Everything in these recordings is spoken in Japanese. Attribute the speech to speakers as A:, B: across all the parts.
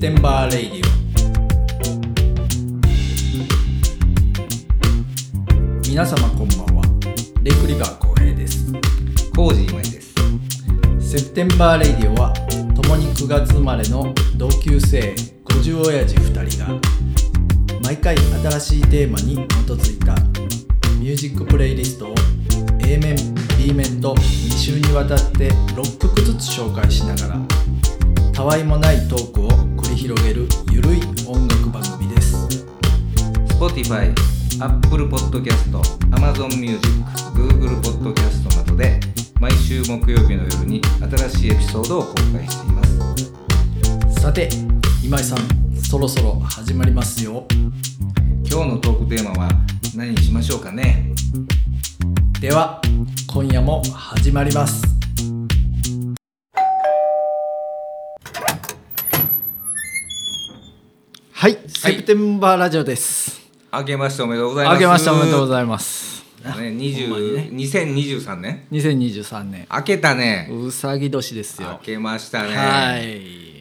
A: テンバーレイディオ皆様こんばんはレイクリバー浩平です
B: コージーまいです。
A: セプテンバーレイディオは共に9月生まれの同級生50親父2人が毎回新しいテーマに基づいたミュージックプレイリストを A 面 B 面と2週にわたって6曲ずつ紹介しながらたわいもないトークを繰り広げるゆるい音楽番組です
B: Spotify、Apple Podcast、Amazon Music、Google Podcast などで毎週木曜日の夜に新しいエピソードを公開しています。
A: さて今井さんそろそろ始まりますよ
B: 今日のトークテーマは何にしましょうかね
A: では今夜も始まりますはい、セプテンバーラジオです
B: 明けましておめでとうございます。
A: 明けましておめでとうご
B: い
A: ざいます
B: ます。ね、20 2023年
A: 2023年
B: 明けたね。
A: うさぎ年です
B: 明
A: よ
B: けましたね。
A: はい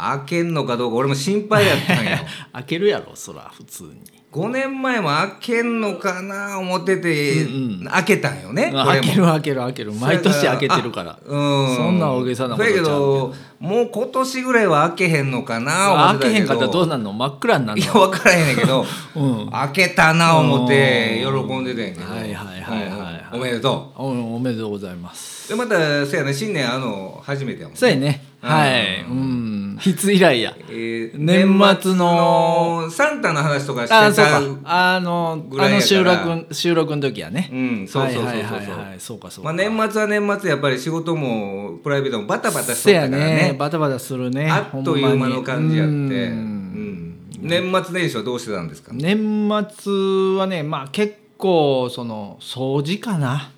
B: 明けんのかどうか俺も心配やったん よ。
A: 開けるやろそら普通に
B: 5年前も開けんのかな思ってて、開けたんよね。これ
A: 開け
B: も
A: る開ける開ける 毎年開けてるから
B: あうん
A: そんな大げさなこと
B: だけ
A: ちゃう
B: どもう今年ぐらいは開けへんのかな
A: 開けへんかったらどう
B: な
A: なんの真っ暗になん
B: い
A: の
B: や分からへんねんけ ど、
A: うん
B: 開けたな思って喜んでたんやけど
A: はいはいはいはいはい
B: うんおめでと
A: おおめでとうございます
B: うでまたせやね新年あの初めてやもん、
A: そうやね
B: うん
A: はいうんいつ以来や
B: えー
A: 年末の
B: 年末サンタの話とかしてた
A: あそうかあの
B: ぐ
A: あの
B: らいやか
A: 収
B: ら
A: 録収録の時やね
B: うんそうそうそうそう
A: はいはいはいはいそうかそうか
B: まあ、年末は年末やっぱり仕事もプライベートもバタバタし
A: せ
B: とった
A: や
B: から
A: ね
B: ね
A: バタバタするね
B: あっという間の感じやって、
A: ほ
B: うん
A: まに
B: ん年末年始はどうしてたんですか、
A: うん年末はねまあ結構その掃除かな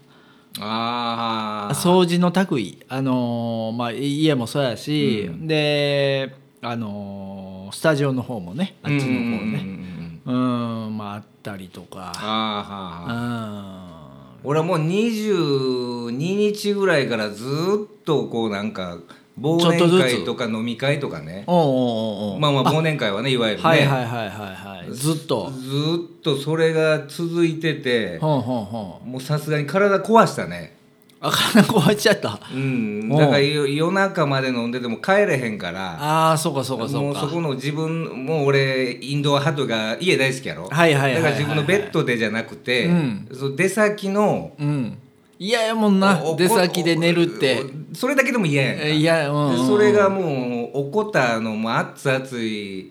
B: ああ
A: 掃除の類あのーまあ家もそうやし、
B: う
A: であのースタジオの方もねあっちの方
B: うんうんうんう
A: ね
B: ん
A: うんまああったりと
B: あ
A: か
B: ーはーはー
A: うん
B: 俺はもう22日ぐらいからずっとこうなんか忘
A: ちょっと
B: 年
A: ず
B: 会
A: つ
B: とか飲み会とかね
A: おうおうおうおう
B: まあまあ忘年会はねいわゆるね、
A: はいはいはいはいはいずっと
B: ずっとそれが続いてて
A: ほんほんほん
B: もうさすがに体壊したね
A: あ体壊しちゃった
B: うん
A: おう
B: だからよ夜中まで飲んでても帰れへんから
A: ああそうかそうかそ
B: も
A: う
B: う
A: か
B: そこの自分もう俺インドア派とか家大好きやろ
A: はいはいはいはい
B: だから自分のベッドでじゃなくて、
A: うん
B: その出先の
A: うん嫌やもんな
B: お
A: 出先で寝るって
B: おそれだけでも嫌やんか
A: えいやうんうん
B: でそれがもうおこたのもう熱々いヒ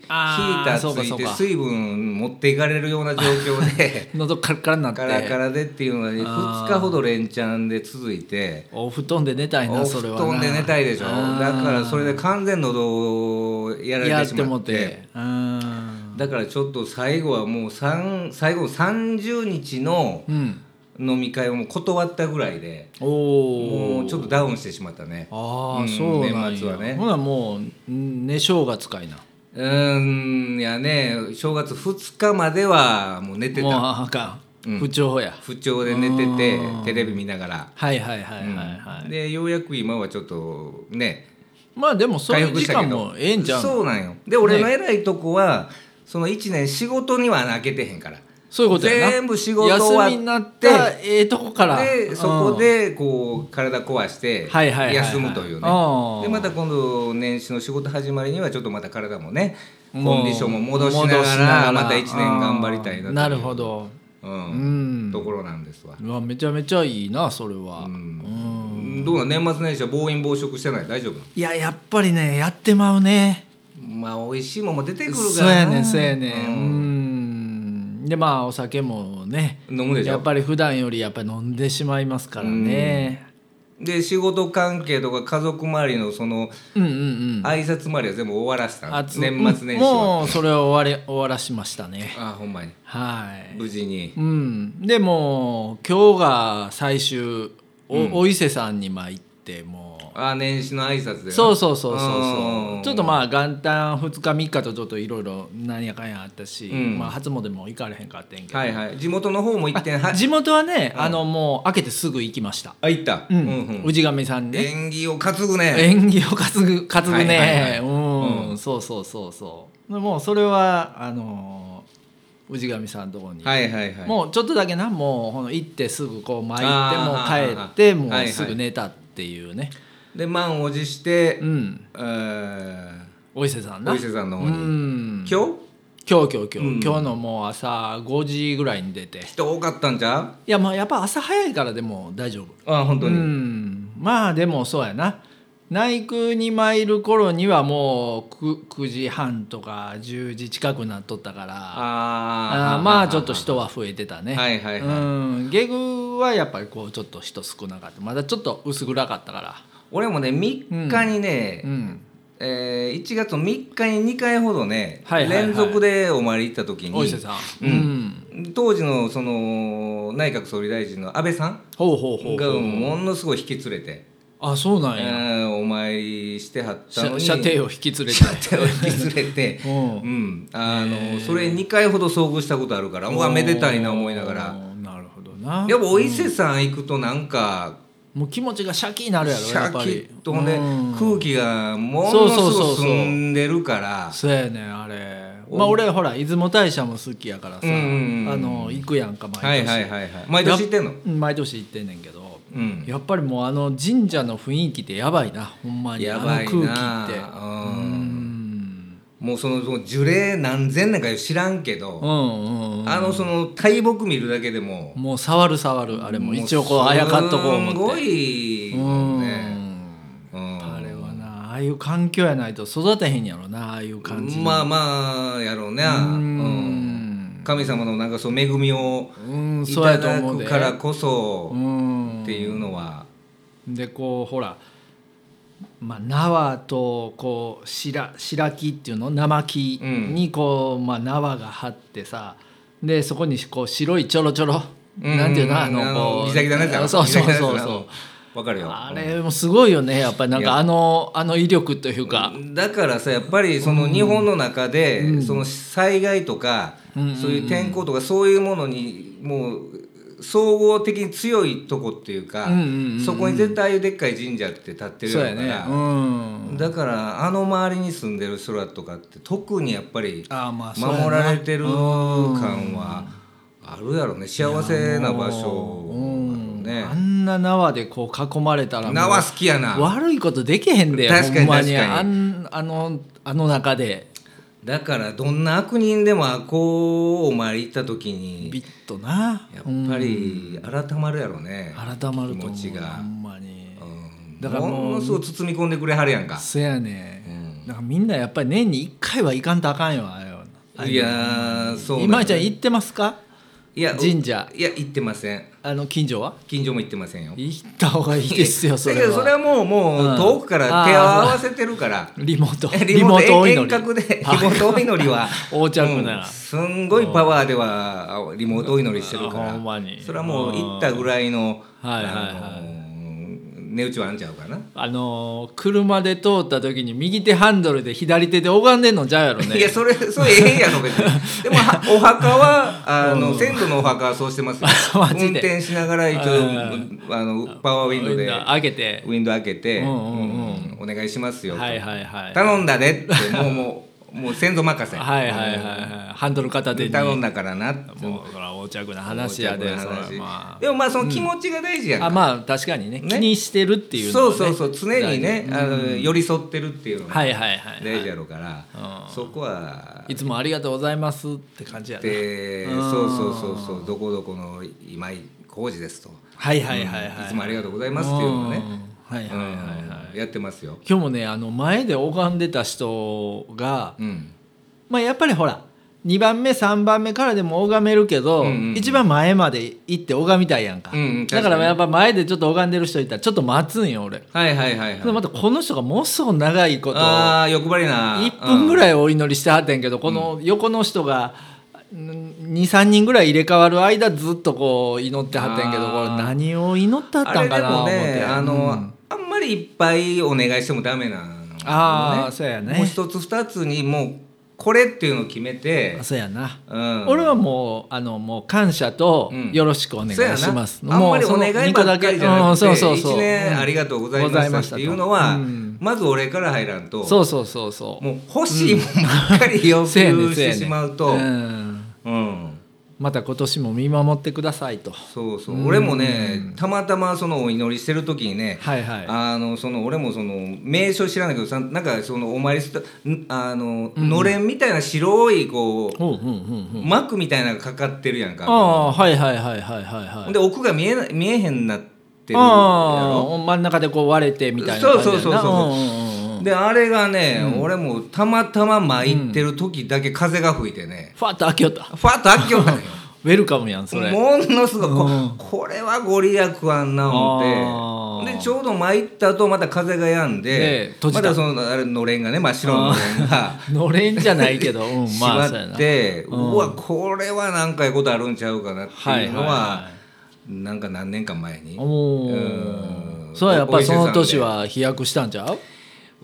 B: ー
A: あー
B: タ
A: そう
B: ー
A: か
B: つ
A: そう
B: い
A: か
B: て水分持っていかれるような状況 で
A: 喉カラカラになって
B: カラカラでっていうのに
A: あー
B: 2日ほど連チャンで続いて。
A: お布団で寝たいな
B: お
A: それ
B: 布
A: はな
B: 団で寝たいでしょだ
A: あー
B: からそれで完全喉をやら
A: や
B: れ
A: って
B: しま
A: ても
B: って
A: てうん
B: だからちょっと最後はもう三最後の30日の
A: うん
B: 飲み会をもう断ったぐらいで
A: お
B: も
A: お
B: うちょっとダウンしてしまったね
A: あ
B: う
A: あ
B: ん
A: そうなん
B: 年末
A: や
B: はね
A: ほなもうん寝正月かいな
B: うーんいやね正月2日まではもう寝て
A: もう
B: た
A: あか
B: うんん
A: 不調や
B: 不調で寝てて
A: うん
B: テレビ見ながら、
A: はいはいはいは
B: う
A: い
B: ん
A: はい
B: でようやく今はちょっとね
A: まあでもそう
B: 回
A: いう
B: 復し
A: 時
B: た
A: 間
B: けど
A: もええんちゃうの
B: そうなんよで俺の偉いとこは、その1年仕事には泣けてへんから
A: そういうことやな
B: 全部仕事終わって
A: 休みになったらええとこからう
B: で
A: ん
B: そこでこう体壊して
A: はいはいはいはい
B: 休むというね
A: あー
B: でまた今度年始の仕事始まりにはちょっとまた体もねコンディションも戻しな
A: 戻
B: がらまた1年頑張りたい
A: あ
B: なとい
A: ー
B: う
A: なるほど
B: う
A: うんん
B: ところなんですわ
A: うわめちゃめちゃいいなそれは、
B: うんどうなん年末年始は暴飲暴食してない大丈夫
A: いややっぱりねやってまうね
B: まあ美味しいもんも出てくるからな
A: そうやねんそうやねんう
B: うん
A: でまあお酒もね
B: 飲むでし
A: や
B: ょ
A: っぱり普段よりやっぱり飲んでしまいますからね
B: で仕事関係とか家族周りのその
A: うんうんうん
B: 挨拶周りは全部終わらせたの
A: あ
B: 年
A: つ
B: 末年始は
A: もうそれを終わり終わらしましたね
B: あほんまに
A: はい
B: 無事に
A: うん、でもう今日が最終お,、お伊勢さんにまあ行っても
B: あ年始の挨拶
A: う
B: で
A: そうそうそうそう
B: う
A: そうんちょっとまあ元旦2日3日とちょっといろいろなんやかんやあったし、
B: うん
A: まあ、初詣も行かれへんかってんけど、
B: はいはい地元の方も行って は
A: 地元はね、あのもう開けてすぐ行きました、
B: あ行った
A: うん
B: うんうん
A: 氏神さんね
B: 縁起を担ぐね
A: 縁起を担ぐ担ぐね、
B: はいはいはい
A: うん、
B: うん
A: そうそうそうそうでもうそれはあのー氏神さんのとこに、
B: はいはいはい
A: もうちょっとだけなもうほの行ってすぐこう巻いてもう
B: あー
A: 帰っても
B: はいうはい
A: すぐ寝たっていうね、
B: で満を持して、
A: うん
B: えー
A: お伊勢さんな
B: お伊勢さんの方に、
A: うん
B: 今日
A: 今日今日今日、
B: うん
A: 今日のもう朝5時ぐらいに出てい
B: 人多かったんじゃ
A: やまあやっぱ朝早いからでも大丈夫
B: うあ本当に、
A: うんまあでもそうやな内宮に参る頃にはもう 9, 9時半とか10時近くなっとったから
B: あ
A: あー
B: ー
A: まあちょっと人は増えてたね、
B: はいはいはい
A: うん下具はやっぱりこうちょっと人少なかったまだちょっと薄暗かったから
B: 俺もね3日にね、
A: うん
B: えー1月の3日に2回ほどね、
A: はいはいはい
B: 連続でお参り行った時に
A: お伊勢さん
B: うん当時のその内閣総理大臣の安倍さん
A: ほうほうほう
B: がものすごい引き連れて、
A: あそうなん
B: え
A: や
B: ーお参りしてはったの
A: 射
B: に
A: 射程を引き連れて、
B: 手を 引き連れて
A: うん
B: うん、あのそれ2回ほど遭遇したことあるからうわめでたいな思いなが
A: お
B: ら
A: ーなるほどな
B: やっぱお伊勢さん行くとなんか
A: もう気持ちがシャキになるやろ
B: シ
A: やっ
B: ャ
A: ぱ
B: キ
A: り
B: ッとね
A: うん
B: 空気がも
A: そう
B: のす
A: そうそう
B: ご
A: そう
B: く澄んでるから
A: そうやねんあれまあ俺ほら出雲大社も好きやからさ、
B: うんうんうん
A: あの行くやんか毎年、
B: はいはいはいはい毎年行ってんの
A: うん毎年行ってんねんけど、
B: うん
A: やっぱりもうあの神社の雰囲気ってやばいなほんまに
B: やばい
A: あの空
B: な
A: 気って
B: う
A: うんん
B: もうそのその樹齢何千年か知らんけ
A: う
B: ど
A: んうんうん
B: あのその大木見るだけでも
A: もう触る触るあれも一応こう
B: も
A: あやかっとこう
B: す
A: 思っ
B: ご
A: て
B: いもんねうん
A: うんあれはなああいう環境やないと育てへんやろなああいう感じに
B: まあまあやろうねうん神様のなんかそう恵みを
A: うん
B: い
A: そうや
B: た
A: と
B: だ
A: 思う
B: く
A: で
B: からこそ
A: うん
B: っていうのは
A: でこうほら、まあ、縄とこう白白木っていうの生木にこう、まあ、縄が張ってさでそこにこう白いちょろちょろ、
B: う
A: なんていうのあのこう
B: ギザギザなやつやろ
A: そうそう
B: ギザギザ
A: そ
B: な
A: う
B: やつや
A: そ
B: ろわかる
A: う
B: よ
A: あれもすごいよねやっぱりなん
B: いや
A: かあのあの威力というか、
B: だからさやっぱりその日本の中で、その災害とか、そういう天候とかそういうものにもう総合的に強いとこっていうか、
A: うんうんうん
B: そこに絶対ああいうでっかい神社って立ってる
A: そう
B: や
A: や
B: ろか
A: ね
B: ら、
A: うん
B: だからあの周りに住んでる人らとかって特にやっぱり
A: ああまあそうやな
B: 守られてる感はあるやろね幸せな場所
A: うん
B: だろ
A: あ
B: うね。
A: んな縄でこう囲まれたらもう
B: 縄好きやな
A: 悪いことできへんで
B: 確かに
A: ほんまに
B: 確かに
A: あんあのあの中で
B: だからどんな悪人でもあこうお参り行った時に
A: ビッとな
B: やっぱり改まるやろね、
A: 改まると思う
B: 気持ちが
A: ほんまに、
B: うん、
A: だ
B: だ
A: か
B: からら
A: もう
B: ものすごい包み込んでくれはるやんか、
A: そや
B: う
A: ね
B: ん
A: なんかみんなやっぱり年に1回は行かんとあかんよあれはあれ
B: いやーそうだね
A: 今井ちゃん行ってますか
B: いや
A: 神社
B: いや行ってません
A: あの近所は
B: 近所も行ってませんよ
A: 行った方がいいですよそれ
B: だけどそれは
A: は
B: もうも
A: うん
B: う遠くから手を合わせてる から、
A: リモート
B: リモート
A: お
B: 遠
A: 祈
B: 遠
A: り
B: 隔でリモートお祈りは
A: 横着な
B: うんすんごいパワーではリモートお祈りしてるか
A: あ
B: ら
A: ほんまに
B: それはもう行ったぐらいの
A: はいはいはい
B: あの値打ちはあんちゃうかな、
A: あのー車で通った時に右手ハンドルで左手で拝んでんのちゃうやろね
B: いやそれそれええやろ別にでもはお墓はあの先祖のお墓はそうしてますよ
A: マジで
B: 運転しながら一応あのパワーウィンドウで
A: 開けて
B: ウィンドウ開けて、
A: うんうんうん
B: うんお願いしますよと、
A: はいはいはい
B: 頼んだでってもうもうもう先祖任せ
A: はいはいはいはいハンドル片手に
B: 頼んだからなって
A: もうそれは横着な話やで
B: お茶の
A: そ
B: 話
A: れはまあ
B: でもまあその気持ちが大事やんか
A: あまあ確かにね
B: ね
A: 気にしてるっていうの
B: そ
A: は
B: う
A: ね
B: そうそう常にね
A: 大事
B: あの寄り添ってるっていうのが
A: はいはいはい
B: 大事
A: は
B: やろうから、
A: うん
B: そこはい
A: いつもありがとうございますって感じやね
B: で
A: う
B: そ
A: ん
B: うそうそうそうどこどこの今井浩二ですと、
A: はいはいはいはい
B: いつもありがとうございますっていうのをね
A: うんはいはいはいはい
B: うんやってますよ、
A: 今日もねあの前で拝んでた人が
B: うん、
A: まあやっぱりほら2番目3番目からでも拝めるけど、
B: うんうん
A: 一番前まで行って拝みたいやんか,、
B: うんうん
A: だ
B: 確かに
A: からやっぱ前でちょっと拝んでる人いたらちょっと待つんよ俺、
B: はいはいはいはい
A: でまたこの人がもうすごい長いこと
B: ああ欲張りな
A: 1分ぐ
B: い、
A: らいお祈りしてはってんけどこの横の人が23人ぐらい入れ替わる間ずっとこう祈ってはってんけど
B: あ
A: これ
B: ー
A: 何を祈ってはった
B: あ
A: ん
B: れ
A: か
B: で
A: な思
B: も
A: って
B: ねあの、
A: うん
B: あんまりいっぱいお願いしてもダメなの、ね、
A: あーそうやね
B: もう一つ二つにもうこれっていうのを決めて
A: あ、そうやな、
B: うん、
A: 俺はもうあのもう感謝と
B: うん
A: よろしくお願い
B: そうやな
A: します、
B: あん
A: も
B: ま
A: う
B: りお
A: その
B: 願いばっかりじゃな
A: うん
B: くて、
A: そうそうそう
B: 一年ありがとうございま
A: ございま
B: し
A: したた
B: っ
A: と
B: ていうのは、
A: うん
B: まず俺から入らんと
A: そうそうそうそう
B: もう欲しいもんばっかり要求
A: せやねん
B: し
A: せや
B: て
A: ねん
B: しまうと、
A: ん
B: うん、
A: また今年も見守ってくださいと
B: そうそう
A: うん
B: 俺もねたまたまそのお祈りしてる時にね、
A: はいはい
B: あのその俺もその名称知らないけどさなんかそのお参りしたんあの、
A: うん
B: のれんみたいな白いこう、
A: うんうんうんうん
B: マックみたいなのがかかってるやん
A: あ
B: か
A: あはいはいはいはいはいはい
B: で奥が見えな見えへんなってるや
A: あ
B: ろ
A: あ真ん中でこう割れてみたいな感じやな
B: そうそうそうそうん
A: んうん
B: であれがね、俺もたまたま巻いてる時だけ風が吹いてね、
A: ファッと開けよった
B: ファッと開きよったの よ
A: ウェルカムやんそれ
B: ものすごい、こ
A: うん
B: これはご利益あんな思って
A: あー
B: でちょうど参ったとまた風が止ん
A: で
B: で
A: 閉じ
B: ま
A: た
B: たそのあれのれんがね真っ白ののれんが。
A: のれんじゃないけど、 うん、まあそうや
B: 縛
A: な
B: って、う
A: うん
B: わこれは何回ことあるんちゃうかなっていうのは,、
A: は
B: なんか何年か前に
A: いはいはい、お
B: う
A: ー
B: ん
A: そうややっぱりその年
B: お
A: は飛躍したんちゃう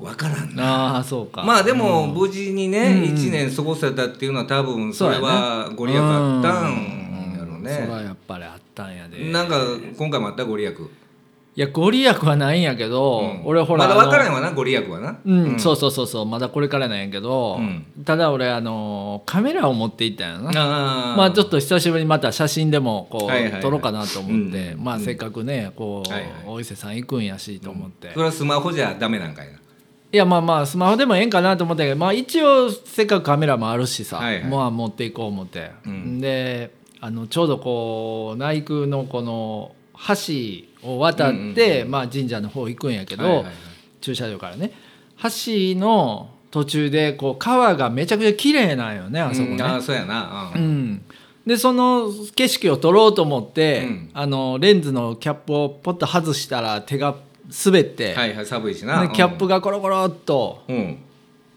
B: 分からんな
A: ああそうか
B: まあでも無事にね、
A: うん
B: 1年過ごせたっていうのは多分それはご利益あったんやろう
A: そ
B: ね
A: らやっぱりあったんやで
B: なんか今回もあったご利益、
A: いやご利益はないんやけど、
B: うん
A: 俺ほら
B: まだ分から
A: あ
B: ん
A: の
B: わなご利益はな
A: うん、
B: ん
A: そうそうそうそうまだこれからなんやけど、
B: うん
A: ただ俺あのカメラを持っていったんやな
B: あー
A: まあちょっと久しぶりにまた写真でもこう、
B: はいはいはい
A: 撮ろうかなと思って、
B: うん
A: ま
B: う
A: あ
B: ん
A: せっかくねこう、
B: はいはい
A: お伊勢さん行くんやしと思って、
B: それはスマホじゃダメなんかいない
A: やまあまあスマホでもええんかなと思ったけどまあ一応せっかくカメラもあるしさ、
B: はいはい
A: まあ持っていこう思って、
B: うん
A: であのちょうどこう内宮のこの橋を渡
B: うん
A: っ
B: うん
A: て、
B: う
A: まあ、神社の方行くんやけど、
B: はいはいはい
A: 駐車場からね橋の途中でこう川がめちゃくちゃ綺麗なんよねあそこね。
B: うんあーそうやな、う
A: うんん、でその景色を撮ろうと思って、
B: うん
A: あのレンズのキャップをポッと外したら手が滑って、
B: はいはい寒いしな
A: でキャップ
B: が
A: がコロコロっと
B: うん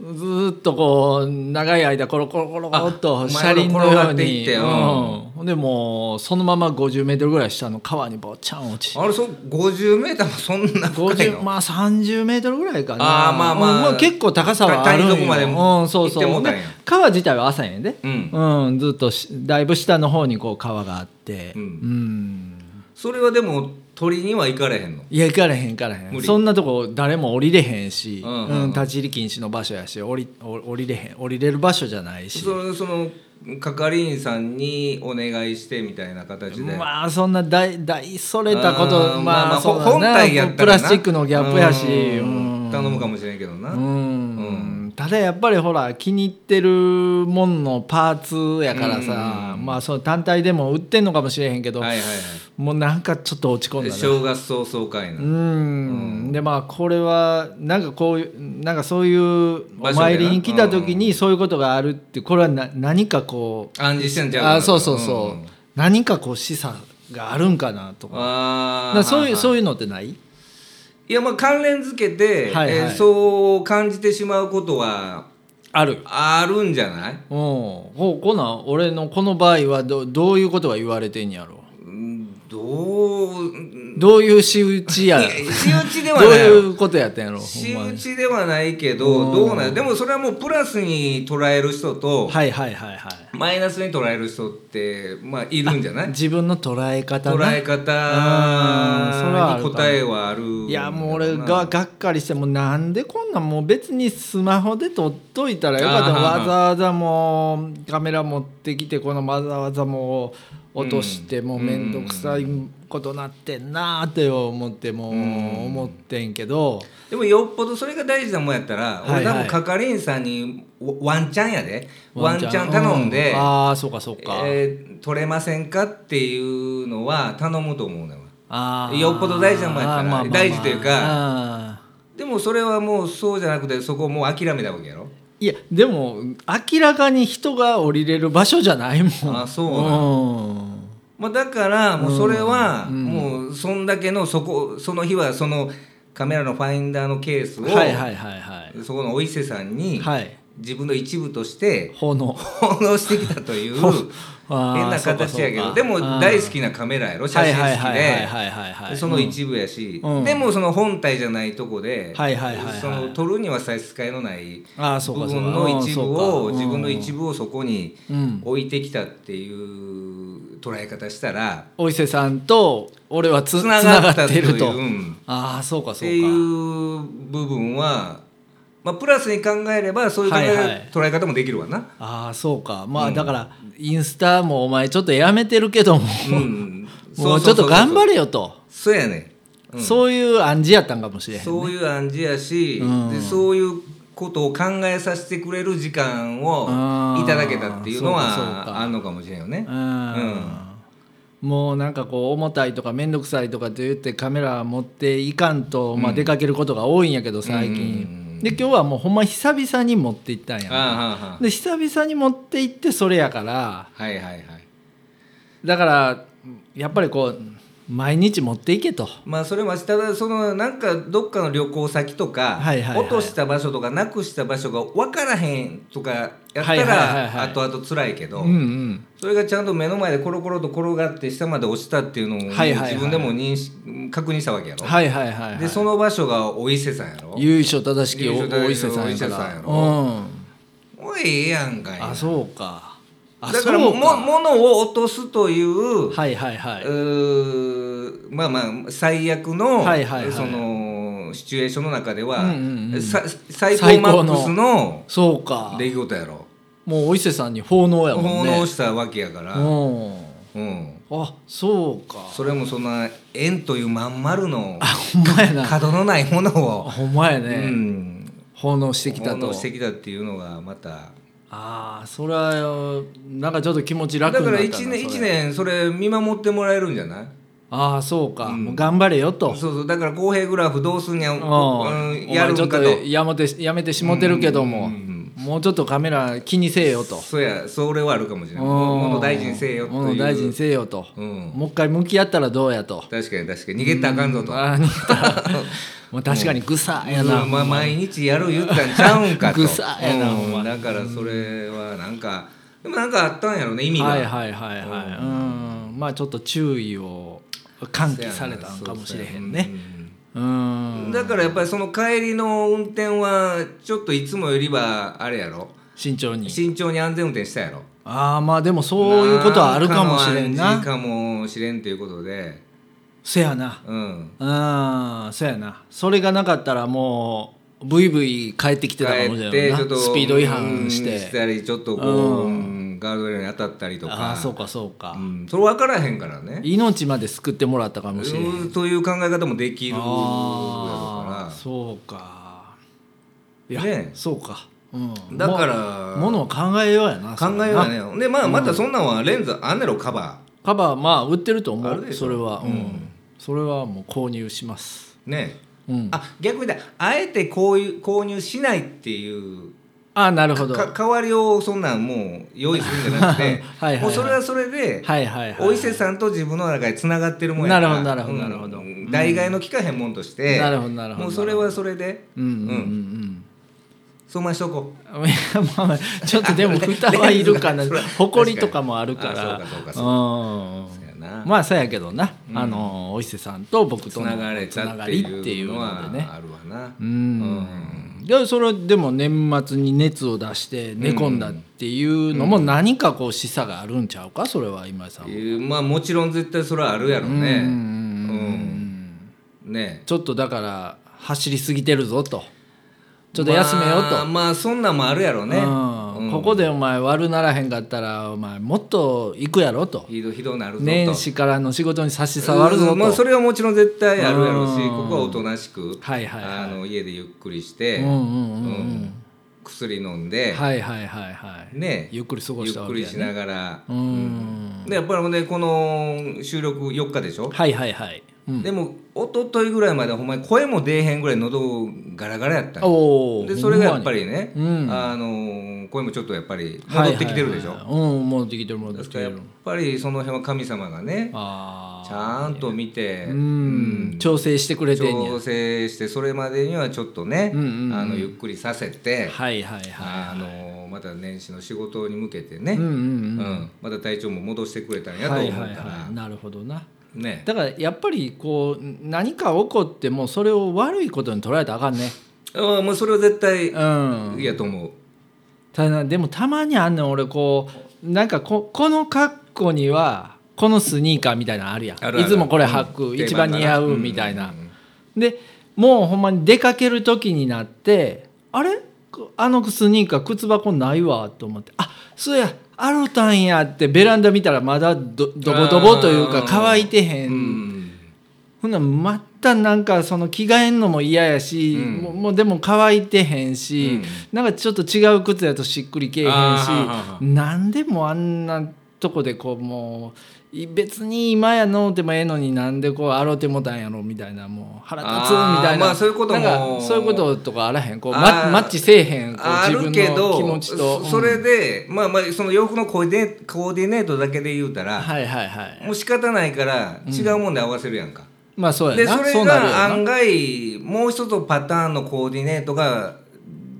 A: ずーっとこう長い間コロコロコロコロっ
B: あ
A: と車輪のよう
B: 前の転がっていっ
A: に、
B: てう
A: うんんほんでもうそのまま5 0ルぐらい下の川にぼっちゃん落ちて。
B: あれそう 50m もそんな深いの
A: 50まあ30メートルぐらいか
B: あ
A: な
B: ーまあまあ
A: うん結構高さはあるん
B: た
A: よ
B: 谷底まで
A: うん、そうそう
B: 行ってもうたんや
A: で川自体は浅いんやで、
B: うん
A: うん、ずっとしだいぶ下の方にこう川があって、
B: うん
A: うん
B: それはでも鳥には行かれへんの
A: いや行からへん行からへ
B: 無
A: ん
B: 理
A: そんなとこ誰も降りれへんし、
B: うんうん
A: う
B: うん
A: ん立ち入り禁止の場所やし降り降降りれへん降りれる場所じゃないし
B: そのその係員さんにお願いしてみたいな形で、
A: まあそんな大大それたこと
B: うん
A: まあ、
B: まあ
A: そうだな
B: 本体やったらな
A: プラスチックのギャップやし
B: うん
A: うん
B: 頼むかもしれんけどな、
A: うん
B: う
A: ただやっぱりほら気に入ってるもんのパーツやから
B: うんう
A: さ、
B: んうん
A: まあその単体でも売ってんのかもしれへんけど、
B: はいはいは
A: もうなんかちょっと落ち込ん
B: い
A: だな
B: 正月早々会
A: う
B: な、
A: ん、でまあこれはなんかこういうなんかそういうお参りに来た時にそういうことがあるってこれはな何かこう
B: 暗示してんちゃうかな
A: あそうそうそう、
B: ん
A: 何かこう示唆があるんかなとか
B: あ
A: なそういうそう
B: いう
A: ういうのってない
B: いやまあ関連付けて、
A: はいはい
B: えーそう感じてしまうことは
A: ある
B: あるんじゃない
A: うんこうこなん俺のこの場合はどどういうことが言われてんやろ
B: うんどう
A: どういう仕打ちやど
B: 仕打ちでは
A: う
B: ない
A: いうことやったんやろほ
B: 仕
A: んま
B: 打
A: に
B: ちではないけど
A: うん
B: どうなんでもそれはもうプラスに捉える人と
A: はいはいはいはい
B: マイナスに捉える人ってまあいるんじゃない
A: 自分の捉え方
B: 捉
A: な
B: え
A: うんそれはあるか
B: 方に
A: も
B: 答えはあるん
A: い
B: だろ
A: や
B: な
A: もう俺ががっかりしてもうなんでこんなんもう別にスマホで撮っといたらよかった
B: あーはーはー
A: わざわざもうカメラ持ってきてこのわざわざもう落として
B: うん
A: もう面倒くさいことなってんなーって思ってもう
B: うん
A: 思ってんけど
B: でもよっぽどそれが大事なもんやったら
A: はいはい
B: 俺多分係員さんにワワンチャンやでワンチャン
A: う
B: 頼んで
A: ああそうかそう
B: 「
A: か、
B: えー取れませんか?」っていうのは頼むと思うのよ
A: あー
B: よっぽど大事なもんやったら
A: あーまあまあまあ
B: 大事という
A: か
B: でもそれはもうそうじゃなくてそこをもう諦めたわけやろ
A: いやでも明らかに人が降りれる場所じゃないもん
B: あそう
A: うん
B: まあ、だからもうそれは
A: うん
B: もうそんだけのそこその日はそのカメラのファインダーのケースを
A: はいはいはいはい
B: そこのお伊勢さんに
A: はい
B: 自分の一部として
A: 奉納
B: 奉納してきたという
A: あー
B: 変な
A: そうかそう
B: 形
A: か
B: やけどでも
A: うん
B: 大好きなカメラやろ写
A: はい
B: 真
A: はい
B: 好き
A: はいはいはいはいは
B: で
A: い
B: その一部やし、
A: うん
B: でもその本体じゃないとこで、
A: はいはいはいはい
B: その取るには差し支えのない
A: うんああそ
B: 部
A: うかそうか
B: 分の一部を
A: うん
B: 自分の一部をそこに
A: うん
B: 置いてきたっていう捉え方したら
A: お伊勢さんと俺はつ
B: つ
A: つ
B: な
A: な
B: がった
A: がっ
B: とい
A: て
B: う
A: ると
B: うん
A: ああそうか
B: っ
A: そうか
B: ていう部分は、まあ、プラスに考えればそういう考え、
A: はいはい
B: 捉え方もできるわな。
A: ああそうかまあ、だからインスタもお前ちょっとやめてるけども、
B: うん、
A: もうちょっと頑張
B: れ
A: れよと
B: そうやねうん
A: そういう暗示やったんかもしれへんね、
B: そういう暗示やし、
A: うん
B: でそういうことを考えさせてくれる時間をいただけたっていうの
A: あーそうかそう
B: は
A: か
B: あんのかもしれんよね
A: う。んもうなんかこう重たいとか面倒くさいとかって言ってカメラ持っていかんと、まあ、出かけることが多いんやけど最近、
B: うんうんうん
A: で今日はもうほんま久々に持って行ったんや
B: あーはーはー
A: で久々に持って行ってそれやから
B: はいはいはい。
A: だからやっぱりこう毎日持っていけと
B: まあそれもただそのなんかどっかの旅行先とか、
A: はいはいはい
B: 落とした場所とかなくした場所が分からへんとかやった
A: はいはいはいは
B: ら
A: い
B: 後々辛いけど、
A: うんうん
B: それがちゃんと目の前でコロコロと転がって下まで落ちたっていうのを
A: はいはいはい
B: 自分でも認識確認したわけやろ。
A: はいはいはい、はい、
B: でその場所がお伊勢さんやろ。
A: 優勝正しきお
B: 由緒正しき
A: お伊勢さんやか
B: お伊勢さん
A: ら
B: やろ
A: う
B: おいええやんかい
A: んあそうかあ
B: だから
A: そ
B: も
A: うか
B: 物を落とすという,、
A: はいはいはいう
B: ーまあまあ最悪の、
A: はいはいはい
B: そのシチュエーションの中では、
A: うんうんうん
B: さ最高マックスの
A: そうか
B: 出来事やろ
A: もうお伊勢さんに奉納やもんね
B: 奉納したわけやから、うん、
A: うんあそうか
B: それもそんな縁というまん丸の
A: ほんまやな
B: 角のないものを、
A: ほんまや
B: う
A: ね、
B: ん、
A: 奉納してきた
B: 奉
A: と
B: 納してきたっていうのがまた。
A: ああそれはなんかちょっと気持ち
B: だ
A: 楽
B: か
A: になった
B: ら
A: な
B: 1
A: そ
B: 年
A: れ
B: 一年それ見守ってもらえるんじゃない
A: ああそうか、もう頑張れよと
B: そうそうだから公平グラフどうすんや、
A: うん
B: うん、や
A: お前
B: るん
A: ちょっ
B: か
A: と
B: と
A: やめてやめてしもてるけども、
B: うんうん
A: もうちょっとカメラ気にせえよと
B: そうやそれはあるかもしれない
A: うん
B: もの大事にせえよと
A: 物
B: いう
A: 大事にせえよと、
B: うん
A: もう一回向き合ったらどうやと
B: 確かに確かに逃げたらあかんぞと、
A: あ ー逃げたもう確かにグサやな、
B: うんまあ、毎日やる言ったんちゃうんかと
A: ぐさやな
B: うん
A: ほんま
B: だからそれはなんかでもなんかあったんやろね意味が、
A: はいはいはいはいうん、まあちょっと注意を喚起されたんかもしれへんねうん
B: うんだからやっぱりその帰りの運転はちょっといつもよりはあれやろ
A: 慎重に
B: 慎重に安全運転したやろ
A: ああまあでもそういうことはあるかもしれん
B: なん
A: な
B: かの暗示かもしれんということで、
A: せやな
B: うん、
A: うんそやなそれがなかったらもうブイブイ帰ってきてたかもし
B: 帰
A: れ
B: って
A: ん
B: ち
A: な
B: ょっと
A: スピード違反し
B: うん
A: て
B: したりちょっとこう、
A: う
B: うんガードレールに当たったりとか
A: ああそうかそうか、
B: うん、それ分からへんからね
A: 命まで救ってもらったかもしれない
B: うんという考え方もできるだ
A: あ
B: か
A: あそうかいや、
B: ね
A: そうか、うん、
B: らだから
A: ものを考えようやな
B: ら考え
A: それ
B: は
A: な
B: ねでまあまたそんなんはレンズあんねやろカバ
A: カバーまあ売ってると思
B: あるで
A: う
B: しょ
A: それは、うん
B: うん
A: それはもう購入します、
B: ーね
A: うん、
B: あ逆にだあえてこういう購入しないっていう
A: あなるほど
B: か代わりをそんなんもう用意するんじゃなくて
A: はいはいはい
B: もうそれはそれで、
A: はいはいはい
B: お伊勢さんと自分の中でつながってるもんやから
A: なるほどなるほどなるほど
B: うん
A: うん
B: 代替えの効かへんもんとして
A: なるほどなるほど
B: もうそれはそれで
A: うんうんうん
B: そうましとこ
A: うんいやまあまあちょっとで も蓋はいるかな
B: それ
A: 埃とかもあるか
B: あ
A: ら
B: そうかそうか
A: うん
B: うやな、
A: まあそうやけどな、あのお伊勢さんと僕
B: つ
A: との
B: ながれ
A: つ
B: た
A: な
B: っ
A: が
B: て
A: り
B: いうのは
A: っていうのでね
B: あるわな
A: う
B: うん
A: ん、でそれでも年末に熱を出して寝込んだっていうのも何かこう示唆があるんちゃうかそれは今井さんは
B: いうまあもちろん絶対それはあるやろうね
A: う
B: うんんね
A: ちょっとだから走りすぎてるぞとちょっと休めよ
B: まあ、
A: と、
B: まあそんなんもあるやろうね
A: うん
B: うん
A: ここでお前悪ならへんかったらお前もっと行くやろと
B: ひどひどなるぞと
A: 年始からの仕事に差し障るぞと、
B: まあ、それはもちろん絶対あるやろうし
A: うん
B: ここはおとなしく、
A: はいはいはい
B: あの家でゆっくりして、
A: うんうんうんうん
B: うん薬飲んで、
A: はいはいはいはい、
B: ね
A: ゆっくり過ご
B: ゆっ
A: したわ
B: く
A: け
B: り
A: や
B: し
A: ね
B: ながら、
A: うん
B: でやっぱりねこの収録4日でしょ、
A: はいはいはい、うん、
B: でも一昨日ぐらいまでほんまに声も出えへんぐらい喉ガラガラやったんよ
A: おお
B: でそれがやっぱりね、
A: ほんまにうん
B: あの声もちょっとやっぱり戻ってきてるでしょ、
A: はいはいはいうん戻ってきてる戻っ
B: だ
A: てき
B: か
A: て
B: らやっ
A: る
B: ぱりその辺は神様がね
A: ああ
B: ちゃんと見て、
A: う
B: うん
A: ん調整してくれてんや
B: 調整してそれまでにはちょっとね、
A: うんうんうん
B: あのゆっくりさせて、
A: はいはいはいはい
B: あのまた年始の仕事に向けてね、
A: うんうんうん
B: うんまた体調も戻してくれたんやと
A: は
B: 思っ
A: い
B: たら、
A: はいはいなるほどな
B: ね
A: だからやっぱりこう何か起こってもそれを悪いことに捉えたらあかんね
B: あもうそれは絶対
A: うん
B: いやと思う、
A: ただでもたまにあんねん俺こうなんかここの格好にはこのスニーカーみたいなのあるやん
B: あるある
A: いつもこれ履く、
B: うん
A: 一番
B: 定
A: 似合
B: 番だな
A: うみたいな、
B: うんうん
A: でもうほんまに出かける時になってあれあのスニーカー靴箱ないわと思ってあそうやあるたんやってベランダ見たらまだどどぼどぼというか
B: あー
A: 乾いてへ、
B: うんん
A: ほんならまたなんかその着替えんのも嫌やし、
B: うん
A: もうもうでも乾いてへん
B: う
A: し
B: ん、
A: なんかちょっと違う靴やとしっくりけえへんし
B: あー
A: なんでもあんなとこでこうもうい別に今やのうてもええのになんでこうあろうてもたんやろみたいなもう腹立つみた
B: あー
A: いな,、
B: まあそういうことも
A: なんかそういうこととかあらへんこうマ
B: あー
A: マッチせえへんこう
B: あ
A: 自
B: る
A: 分
B: け
A: の気持
B: ど
A: ちと
B: そそれで、まあまあその洋服のコーディネコーディネートだけで言うた
A: うん
B: ら、
A: はいはいはい
B: もう仕方ないから違うもんで合わせるやんか、
A: まあそうや
B: で
A: な
B: それ
A: うなるよ
B: が
A: な
B: 案外もう一つパターンのコーディネートが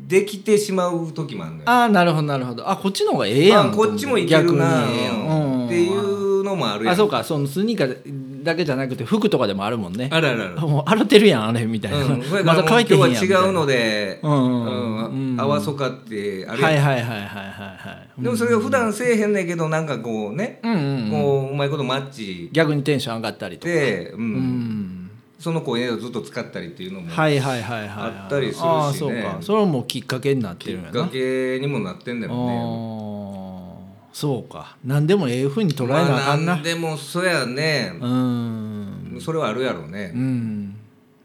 B: できてしまう時もあるのよ。
A: ああなるほどなるほどあこっちの方がええやんと
B: あ
A: 思て
B: こっちもいけるな
A: 逆にええやん
B: っていうのもあるやん
A: あそうかそのスニーカーだけじゃなくて服とかでもあるもんね
B: あるあるある
A: もう洗ってるやんあれみたいな、
B: うん、それ
A: ま
B: か
A: だ
B: らもう
A: 乾い
B: 今
A: て
B: 日
A: へんや
B: は
A: んみたいな
B: 違うので、
A: うんうんうん
B: うん合わそうかってあれ、
A: はいはいはいはいはいはい
B: でもそれが普段せえへんねんけどなんかこうね、
A: うんうんうん
B: こううまいことマッチ
A: 逆にテンション上がったりとか
B: で、うん
A: うん
B: その子をずっと使ったりっていうのも、
A: はいはいはいはいはい
B: あったりするしね
A: ああそうかそれはもうきっかけになってるんやな
B: 崖にもなってんだよね。
A: ああそうか何でもええふうに捉えなあかん
B: ま
A: な、
B: あでもそやね、
A: うん
B: それはあるやろうね。
A: うん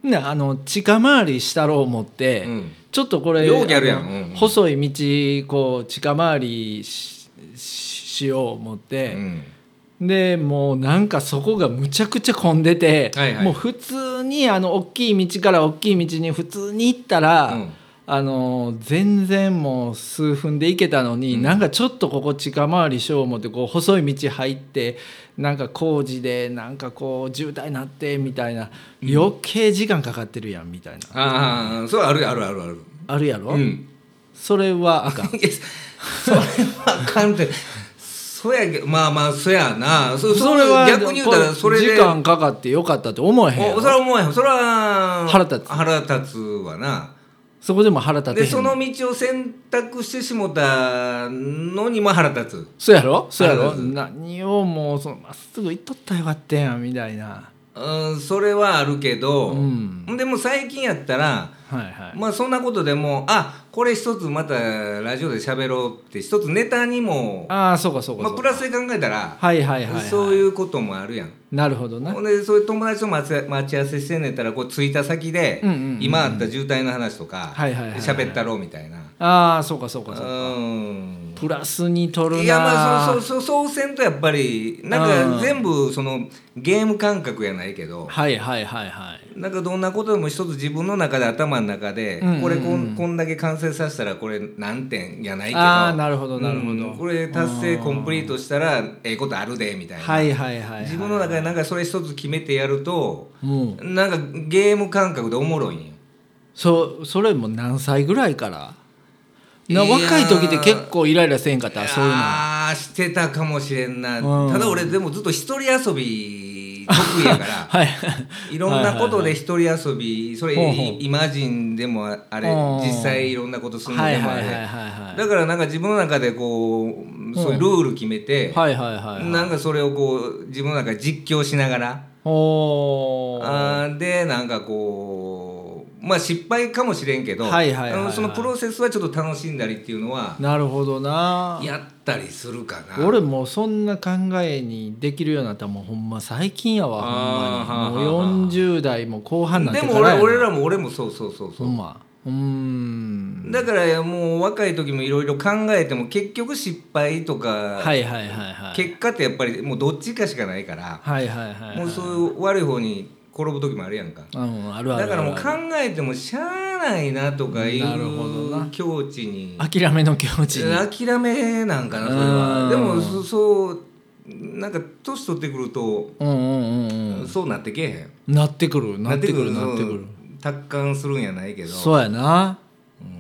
A: ねあの近回りしたろう思って、
B: うん
A: ちょっとこれ
B: ようやるやん
A: あの
B: うんうん
A: 細い道こう近回りしししよう思っ
B: う
A: て、
B: ん
A: でもうなんかそこがむちゃくちゃ混んでて、
B: はいはい
A: もう普通にあの大きい道から大きい道に普通に行ったら、
B: うん
A: あの全然もう数分で行けたのに、
B: うん
A: なんかちょっとここ近回りしよう思ってこう細い道入ってなんか工事でなんかこう渋滞なってみたいな余計時間かかってるやんみたいな、
B: ああ、それはあるあるあるある。
A: あるやろ、
B: うん。
A: それはあかん
B: いや それはあかんて。そやけまあまあそやな。そそれは逆に言うたらそれで。
A: 時間かかってよかったって思えへんや
B: お
A: ろ
B: それは思わへんそれは
A: 腹立つ
B: 腹立つわな
A: そこでも腹立てへ
B: で
A: ん
B: その道を選択してしもたのにも腹立
A: そうやろそうやろ
B: 腹立つ
A: 何をもうそのまっすぐ行っとったらよかったやんみたいな
B: つうんそれはあるけど、
A: うん
B: でも最近やったら
A: はいはい
B: まあそんなことでもあこれ一つまたラジオで喋ろうって一つネタにも
A: ああそうかそうか
B: ま
A: そ
B: あ、
A: うか、
B: プラスで考えたら、
A: はいはいはい、はい、
B: そういうこともあるやん。
A: なるほどな
B: ほんでそういう友達と待ち待ち合わせしてんねんやったらこう着いた先で、
A: うんうんうんうん
B: 今あった渋滞の話とか
A: はいはいはいはい
B: 喋ったろうみたいな。
A: ああそうかそうかそうか
B: うん
A: プラスに取るない
B: やまあそうそうそうそうせんとやっぱりな
A: う
B: んか
A: ん
B: 全部そのゲーム感覚やないけど
A: はいはいはいはい
B: なんかどんなことでも一つ自分の中で頭の中で
A: うんうんうん
B: これこんこんだけ完成させたらこれ何点やないけど
A: あーなるほどなるほど
B: うんこれ達成コンプリートしたらええことあるでみたいな、
A: はいはいはいはい
B: 自分の中でなんかそれ一つ決めてやると
A: もう
B: なんかゲーム感覚でおもろいんよ。
A: そそれも何歳ぐらいからない
B: やー
A: 若い時って結構イライラせんかったそういうの
B: あーしてたかもしれんな、
A: うん
B: ただ俺でもずっと一人遊び得意やから
A: はい
B: いろんなことで一人遊びそれ
A: ほうほう
B: イマジンでもあれ
A: うん
B: 実際いろんなことするの
A: は
B: で
A: い
B: も
A: は
B: あ
A: いはい
B: れ
A: はい
B: だからなんか自分の中でこうそういうルール決めて
A: はいはいはいはい
B: なんかそれをこう自分の中で実況しながら
A: おー
B: あーでなんかこうまあ失敗かもしれんけど
A: はいはいはいはい
B: あのそのプロセスはちょっと楽しんだりっていうのは
A: なるほどな
B: やったりするかな。
A: 俺もうそんな考えにできるようになったらもうほんま最近やわほ
B: あー
A: んまにも
B: はあはあはあ
A: う40代も後半になっ
B: で
A: てから
B: も
A: やな
B: 俺俺らも俺もそうそうそう
A: ほ
B: そう、
A: んまうーん
B: だからもう若い時もいろいろ考えても結局失敗とか、
A: はいはいはいはい
B: 結果ってやっぱりもうどっちかしかないから、
A: はいはいはいはい
B: もうそういう悪い方に転ぶ時もあるやんか
A: うんあるある
B: だからもう
A: あ
B: 考
A: るある
B: えてもしゃあないなとかい
A: なるほど
B: う
A: な
B: 境地に
A: 諦めの気持ちに
B: 諦めなんかなそれ
A: う
B: は
A: ん
B: でもそそうなんか年取ってくると、
A: うんうんうんうん
B: そうなってけえへん
A: なってくるなってくるなってくる
B: うん達観するんやないけど
A: そうやな、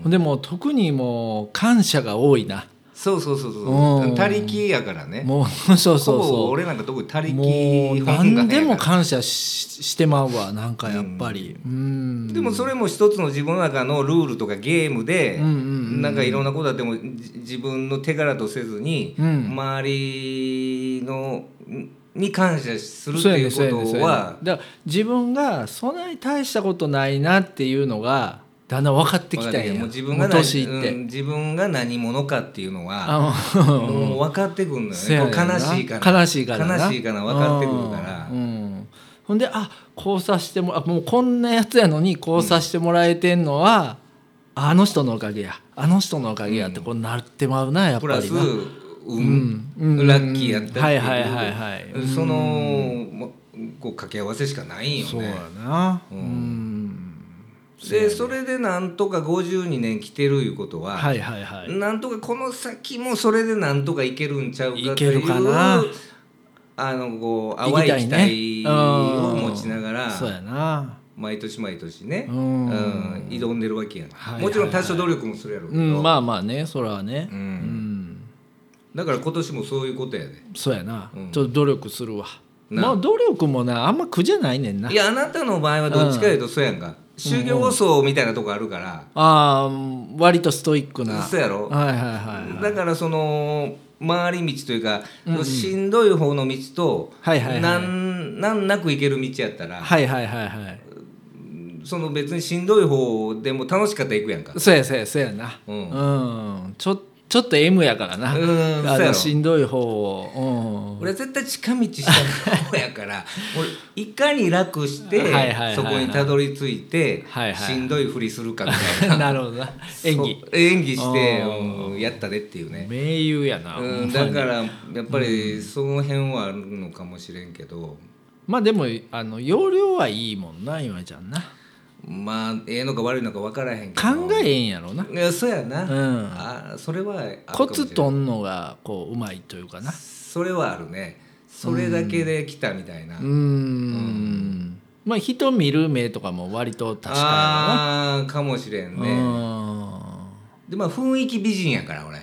A: でも特にもう感謝が多いな
B: そうそうそうそう
A: うん
B: 他力やからね
A: もうそうそう
B: ほぼ
A: そう
B: 俺なんか特に他力
A: もう
B: 本願
A: 何
B: や
A: で
B: から
A: も感謝ししてまうわなんかやっぱりうん、
B: でもそれも一つの自分の中のルールとかゲームで、
A: うんうんうん
B: なんかいろんなことあってもじ自分の手柄とせずに、
A: うん
B: 周りのんに感謝するって
A: そうや
B: い
A: ねそうや
B: う
A: ね
B: こ
A: そう
B: と
A: やね
B: は
A: だから自分がそんなに大したことないなっていうのがだんだん分かってきたんや
B: もう自分が
A: もう年いって、
B: うん自分が何者かっていうのは
A: あの
B: もう分かってくる んだ
A: せや
B: よ
A: ね
B: ね
A: ん
B: こう
A: な
B: 悲しいから
A: 悲しいからな
B: 悲しいから分かってくるから
A: うん、うんほんであ交差してもあもうこんなやつやのに交差してもらえてんのは、あの人のおかげやあの人のおかげやってこうなってまうなやっ
B: プ
A: ぱ
B: ラ
A: り
B: ス
A: な
B: 運、
A: うんうん
B: ラッキーやったっていう
A: はいはいはいはいうん
B: その、まこう掛け合わせしかないんよね
A: そうやなう、
B: うんんでそれでなんとか52年来てるいうことは、
A: はいはいはい
B: なんとかこの先もそれでなんとかいけるんちゃうか
A: い
B: って
A: け
B: い
A: る
B: う
A: かな
B: あのこう
A: 行
B: 淡
A: きたいね
B: い期待を
A: うん
B: 持ちながら、
A: そうやな
B: 毎年毎年ね、
A: うん
B: 挑んでるわけやん、
A: はいはいはい
B: もちろん多少努力もするやろうけ
A: う
B: ど、
A: んまあまあねそれはね
B: う
A: うん、
B: んだから今年もそういうことやで、
A: そうやな、
B: うん
A: ちょっと努力するわ
B: な
A: まあ努力もなあんま苦じゃないねんない
B: やあなたの場合はどっちかいうとそうやんか、修行僧みたいなとこあるから、
A: あー割とストイックな
B: そうやろ、
A: はいはいはいはい
B: だからその回り道というか、しんどい方の道と、
A: はいはいはい
B: なんなんなく行ける道やったら、
A: はいはいはいはい
B: その別にしんどい方でも楽しかったら行くやんか。
A: そうやそうやそうやな
B: う
A: うんん、ちょちょっと M やからな、
B: うん
A: あ
B: そう
A: の
B: やろ
A: しんどい方を、うん、
B: 俺は絶対近道した方や から俺いかに楽して
A: はいはいはいはい
B: そこにたどり着いて
A: はいはい
B: しんどいふりするかみたいな
A: なるほどな 演技
B: そう演技して
A: あ
B: うんやったでっていうね
A: 盟友やな、
B: うんだからやっぱりその辺はあるのかもしれんけど
A: まあでもあの容量はいいもんな今ちゃんな
B: まあええのか悪いのか分からへんけど
A: 考ええんやろない
B: やそうやな、
A: うん
B: あそれはあるか
A: コ
B: もしれん
A: ツとんのがこううまいというかな
B: それはあるねそれだけで来たみたいな、
A: うんんまあ人見る目とかも割と確か
B: ああかもしれん
A: になう
B: ね
A: ん
B: でまあ雰囲気美人やから俺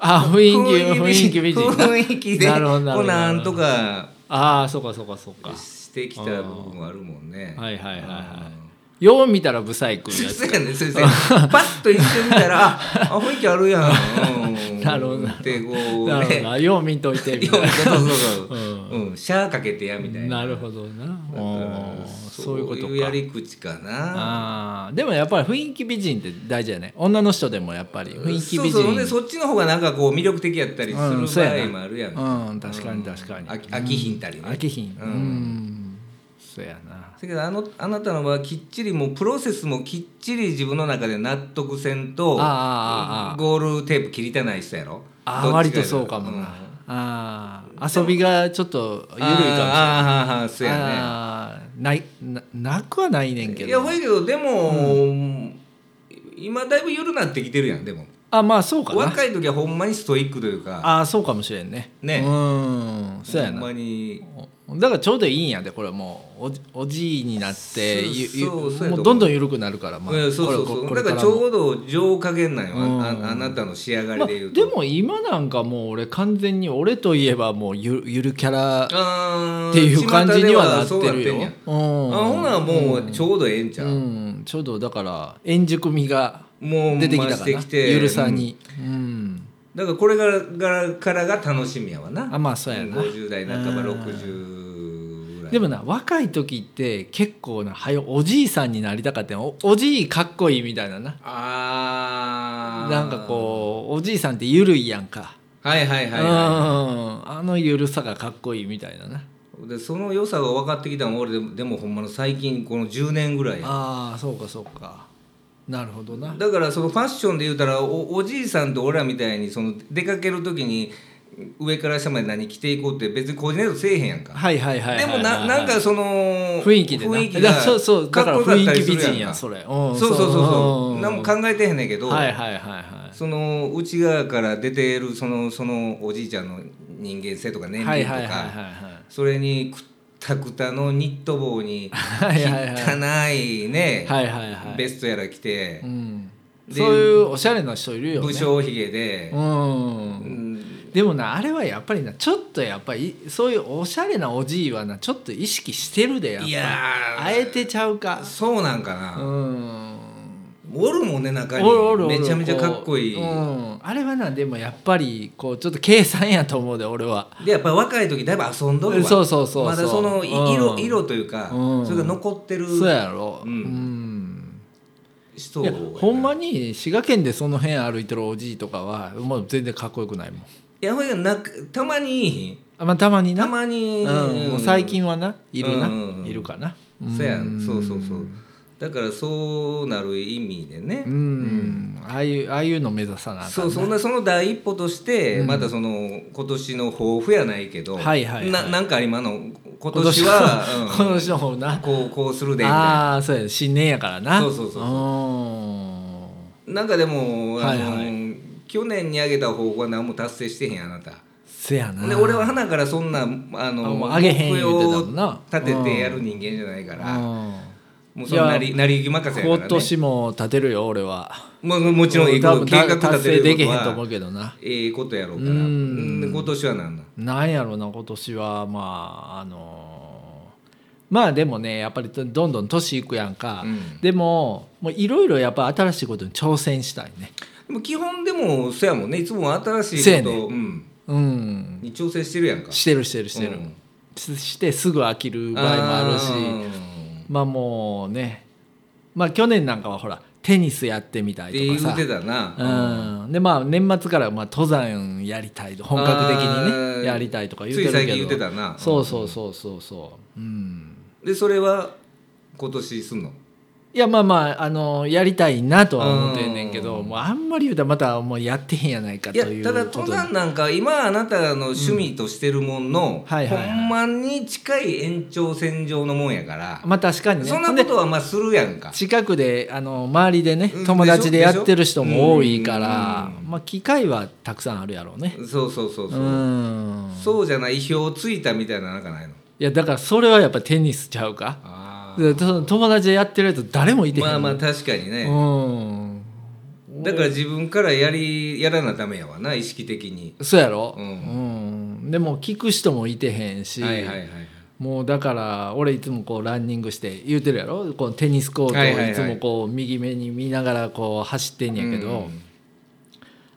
A: あ雰囲気雰囲気美人
B: 雰囲気で
A: なるほどなる
B: こ
A: ほ
B: う
A: ど
B: なんとか
A: ああそうかそうか そうか
B: してきた部分はあるもんね
A: はいはいはいは
B: うん
A: いよう見たらブサイクやつ
B: そうやね先生パッと一緒に見たらああ雰囲気あるや ん、うん、
A: なるほどなるほど
B: ってこう
A: なるほど
B: ね
A: なよう見といてみたい
B: そ
A: う
B: そうそう
A: う
B: そう、
A: ん
B: うん、シャーかけてやみたい
A: な
B: な
A: なるほどな
B: だから
A: おーそういうこと
B: そういうや
A: か
B: り口かな
A: あーでもやっぱり雰囲気美人って大事やね女の人でもやっぱり雰囲気美
B: そうそうで
A: 人
B: そっちの方がなんかこう魅力的やったりす
A: うんそう
B: る
A: や
B: 場
A: な
B: 合もあるやん、
A: うん確かに確かに
B: 飽き飽きひんたりね、
A: 飽きひんう
B: うん
A: んそうやな
B: だけどあのあなたの場合はきっちりもうプロセスもきっちり自分の中で納得せんと
A: あーあーあー
B: ゴールテープ切りたない人やろ
A: あ
B: どっ
A: ー
B: ちかやろ
A: 割とそうかもな、
B: ん
A: あー遊びがちょっと緩いかもしれない
B: あーあーあーそうやね
A: あーないななくはないねんけ
B: いや
A: ど
B: ほいけどでも、今だいぶ緩なってきてるやんでも
A: あまあそうかな
B: 若い時はほんまにストイックというか
A: ああそうかもしれんね
B: ね
A: うんそうや
B: ほん
A: な
B: まに
A: だからちょうどいいんやでこれはもうおじおじいになってゆゆ
B: そうそうそうやと思
A: も
B: う
A: うどんどん緩くなるからまあ
B: うんそうそう
A: これ
B: そ
A: こ
B: う
A: れ
B: だ
A: これか
B: から
A: ら
B: ち
A: も
B: ょうど上下限なんよ、あ
A: うん
B: ああなたの仕上
A: ま
B: がり
A: あ
B: で言う
A: で
B: と、
A: も今なんかもう俺完全に俺といえばもうゆゆるキャラ
B: あー
A: っていう感じにはなっ
B: 巷で
A: て
B: はそう
A: るよ
B: んや
A: うん
B: あほなもうちょうどええんちゃう、
A: うん、ちょうどだから円熟味が
B: もう
A: 出てき
B: ま
A: た
B: あ
A: か
B: し
A: ら
B: てきて
A: ゆるさ
B: うん
A: に、うん
B: だからこれからからからが楽しみやわな
A: あまあそうやな
B: 50代半ば
A: うん
B: 60ぐらい
A: でもな若い時って結構なはよおじいさんになりたかったよおおじいかっこいいみたいなな
B: あー
A: なんかこうおじいさんってゆるいやんか、
B: うはいはいはい、
A: うんあのゆるさがかっこいいみたいなな
B: でその良さが分かってきたの俺でもでもほんまの最近この10年ぐらいや
A: ああそうかそうかなるほどな
B: だからそのファッションで言うたらおおじいさんと俺らみたいにその出かける時に上から下まで何着ていこうって別にコーディネートせえへんやんか、
A: はいはいはいはいはい
B: でもななんかその
A: 雰囲気でな
B: 雰囲気
A: だ
B: が
A: そうそうだから
B: かっこよ
A: 雰
B: かっ
A: 囲
B: たり
A: 気
B: す
A: 美
B: るやん
A: 人やん
B: か
A: それん
B: そうそうそうそ
A: ん
B: う何も考えてへんねんけど、
A: はいはいはいはい
B: その内側から出てるそのそのおじいちゃんの人間性とか年
A: は
B: 齢
A: い
B: と
A: はいはいはい
B: か
A: は
B: それにくったくたのニット帽に
A: はいはいは
B: 汚いね
A: いはいはいはい
B: ベストやら着て
A: うん、
B: で
A: そういうおしゃれな人いるよね
B: 武将ひげで
A: う、
B: うんん、
A: でもなあれはやっぱりなちょっとやっぱりそういうおしゃれなおじいはなちょっと意識してるでやっぱ
B: いやー
A: あえてちゃうか
B: そうなんか
A: う
B: な、
A: ん
B: おるもんね中に
A: おるおるおる
B: めちゃめちゃかっこいい。
A: うん、あれはなでもやっぱりこうちょっと計算やと思うで俺は
B: でやっぱ若い時だいぶ遊んどるわ
A: そうそうそうそう
B: まだその
A: う
B: 色
A: ん
B: 色というか、
A: うん
B: それが残ってる
A: そうやろ
B: うん
A: ん
B: 人
A: いやほんま
B: に
A: に滋賀県でその辺歩いてるおじいとかはもう全然かっこよくないもん
B: いやほんやなくたまに
A: あ、まあ、たまにな
B: たまに、
A: うん、もう最近はないるな、
B: うん
A: いるかな、
B: そうやんそうそうそうだからそうなる意味でね、
A: うん、ああいうああいうの目指さなあかん
B: そ
A: な
B: うそんなその第一歩として、またその今年の抱負やないけど、
A: はいはいはい
B: ななんか今の今年は
A: 今年は
B: うん
A: 今年の方な
B: こうこうするでみたいな
A: ああそうや新年やからな
B: そうそうそうそう
A: ーん
B: なんかでも、あの
A: はい
B: 去年にあげた方法は何も達成してへんやあなた。
A: せやな
B: で俺は花からそんなあの
A: あもうあげへん
B: 目
A: 言
B: 標
A: うてた
B: を
A: もんな
B: 立ててやる人間じゃないから、
A: うん
B: もうそんなり成り行き任せやから、ね、
A: 今年も立てるよ俺は
B: もうもちろんいいこ
A: 多
B: と
A: 分
B: 計画
A: 達
B: 立て
A: 成
B: る
A: でき
B: こと
A: へんと思う
B: は
A: けどな
B: ええことやろうから
A: うん
B: ん今年は何だ
A: なんやろな今年はまああのーまあでもねやっぱりどどんどん年いくやんか、
B: うん
A: でももういろいろやっぱ新しいことに挑戦したいね
B: でも基本でもそうやもんねいつも新し
A: そう
B: い
A: や
B: こと、
A: ね
B: うん、
A: うん
B: に挑戦してるやんか
A: してるしてるしてる、
B: うん
A: ししてすぐ飽きる場合もあるしまあもうねまあ去年なんかはほらテニスやってみた
B: あーっ
A: いと
B: て言
A: か
B: う
A: さ
B: てたな、
A: うん、でまあ年末からまあ登山やりたいと本格的に
B: あー
A: ねやりたいとか言う
B: つ
A: て
B: い
A: るけ
B: 最
A: ど
B: 近言ってたな
A: そうそうそうそうそううん
B: でそれは今年すんの
A: いやまあまああのやりたいなとは思ってんねんけど
B: うん
A: もうあんまり言うたらまたもうやってへんやないか
B: い
A: と
B: や
A: いう
B: ただ
A: こと
B: 登
A: で
B: 山なんか今あなたの趣味としてるもんの、
A: はいはいはい
B: ほんまに近い延長線上のもんやから、
A: まあ確かにね
B: そんなことはまあするやんか
A: 近くであの周りでね
B: うん
A: 友達でやってる人も多いから
B: でしょう
A: まあ機会はたくさんあるやろうね
B: そうそうそう
A: う
B: そう、
A: ん
B: そうじゃない意表をついたみたいななんかないの
A: いやだからそれはやっぱテニスちゃうか
B: あ
A: でその友達でやってるやつ誰もいてへん
B: まあまあ確かにね、
A: うん
B: だから自分からやりやらなダメやわな意識的に
A: そうやろ
B: う
A: うんんでも聞く人もいてへんし
B: はいはいはい
A: もうだから俺いつもこうランニングして言うてるやろこのテニスコー
B: はいはい
A: ト
B: は
A: を
B: い
A: いつもこう右目に見ながらこう走ってんやけど、
B: うん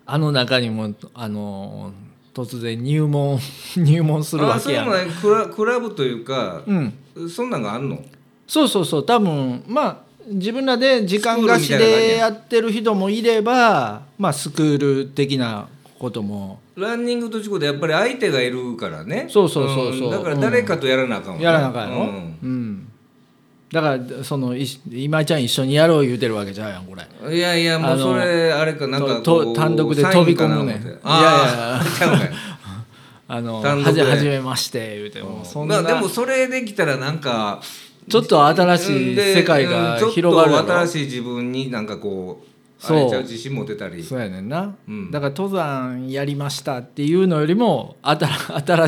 A: あの中にもあの突然入門 入門する
B: あ
A: わ
B: そ
A: け
B: れ
A: や
B: も
A: ん
B: ねクラクラブというか、
A: うん、
B: そんなんがあんの
A: そうそうそう多分まあ自分らで時間貸し
B: スクールみたいな感
A: で
B: じや
A: やってる人もいればまあスクール的なことも
B: ランニングと違ってやっぱり相手がいるからね
A: そうそうそうそうん
B: だから誰かとやらなあかんわね
A: やらなあかんやろ、
B: う
A: うん、だからそのい今井ちゃん一緒にやろう言うてるわけじゃうやんこれ。
B: いやいやもうそれあれかなんか
A: と
B: ことう
A: 単独で
B: サインかな
A: 飛び込むね
B: 思ってあ
A: い
B: あちゃうね
A: あの
B: 単
A: は
B: 独で
A: じはじめまして言うても うそんな
B: まあでもそれできたらなんか
A: ちょっと新しい
B: で
A: 世界が広がる
B: うん
A: や
B: ちょっと新
A: ろ
B: しい自分になんかこうあ
A: そう
B: れちゃう自信持てたり
A: そうやねんな、
B: うん
A: だから登山やりましたっていうのよりもあた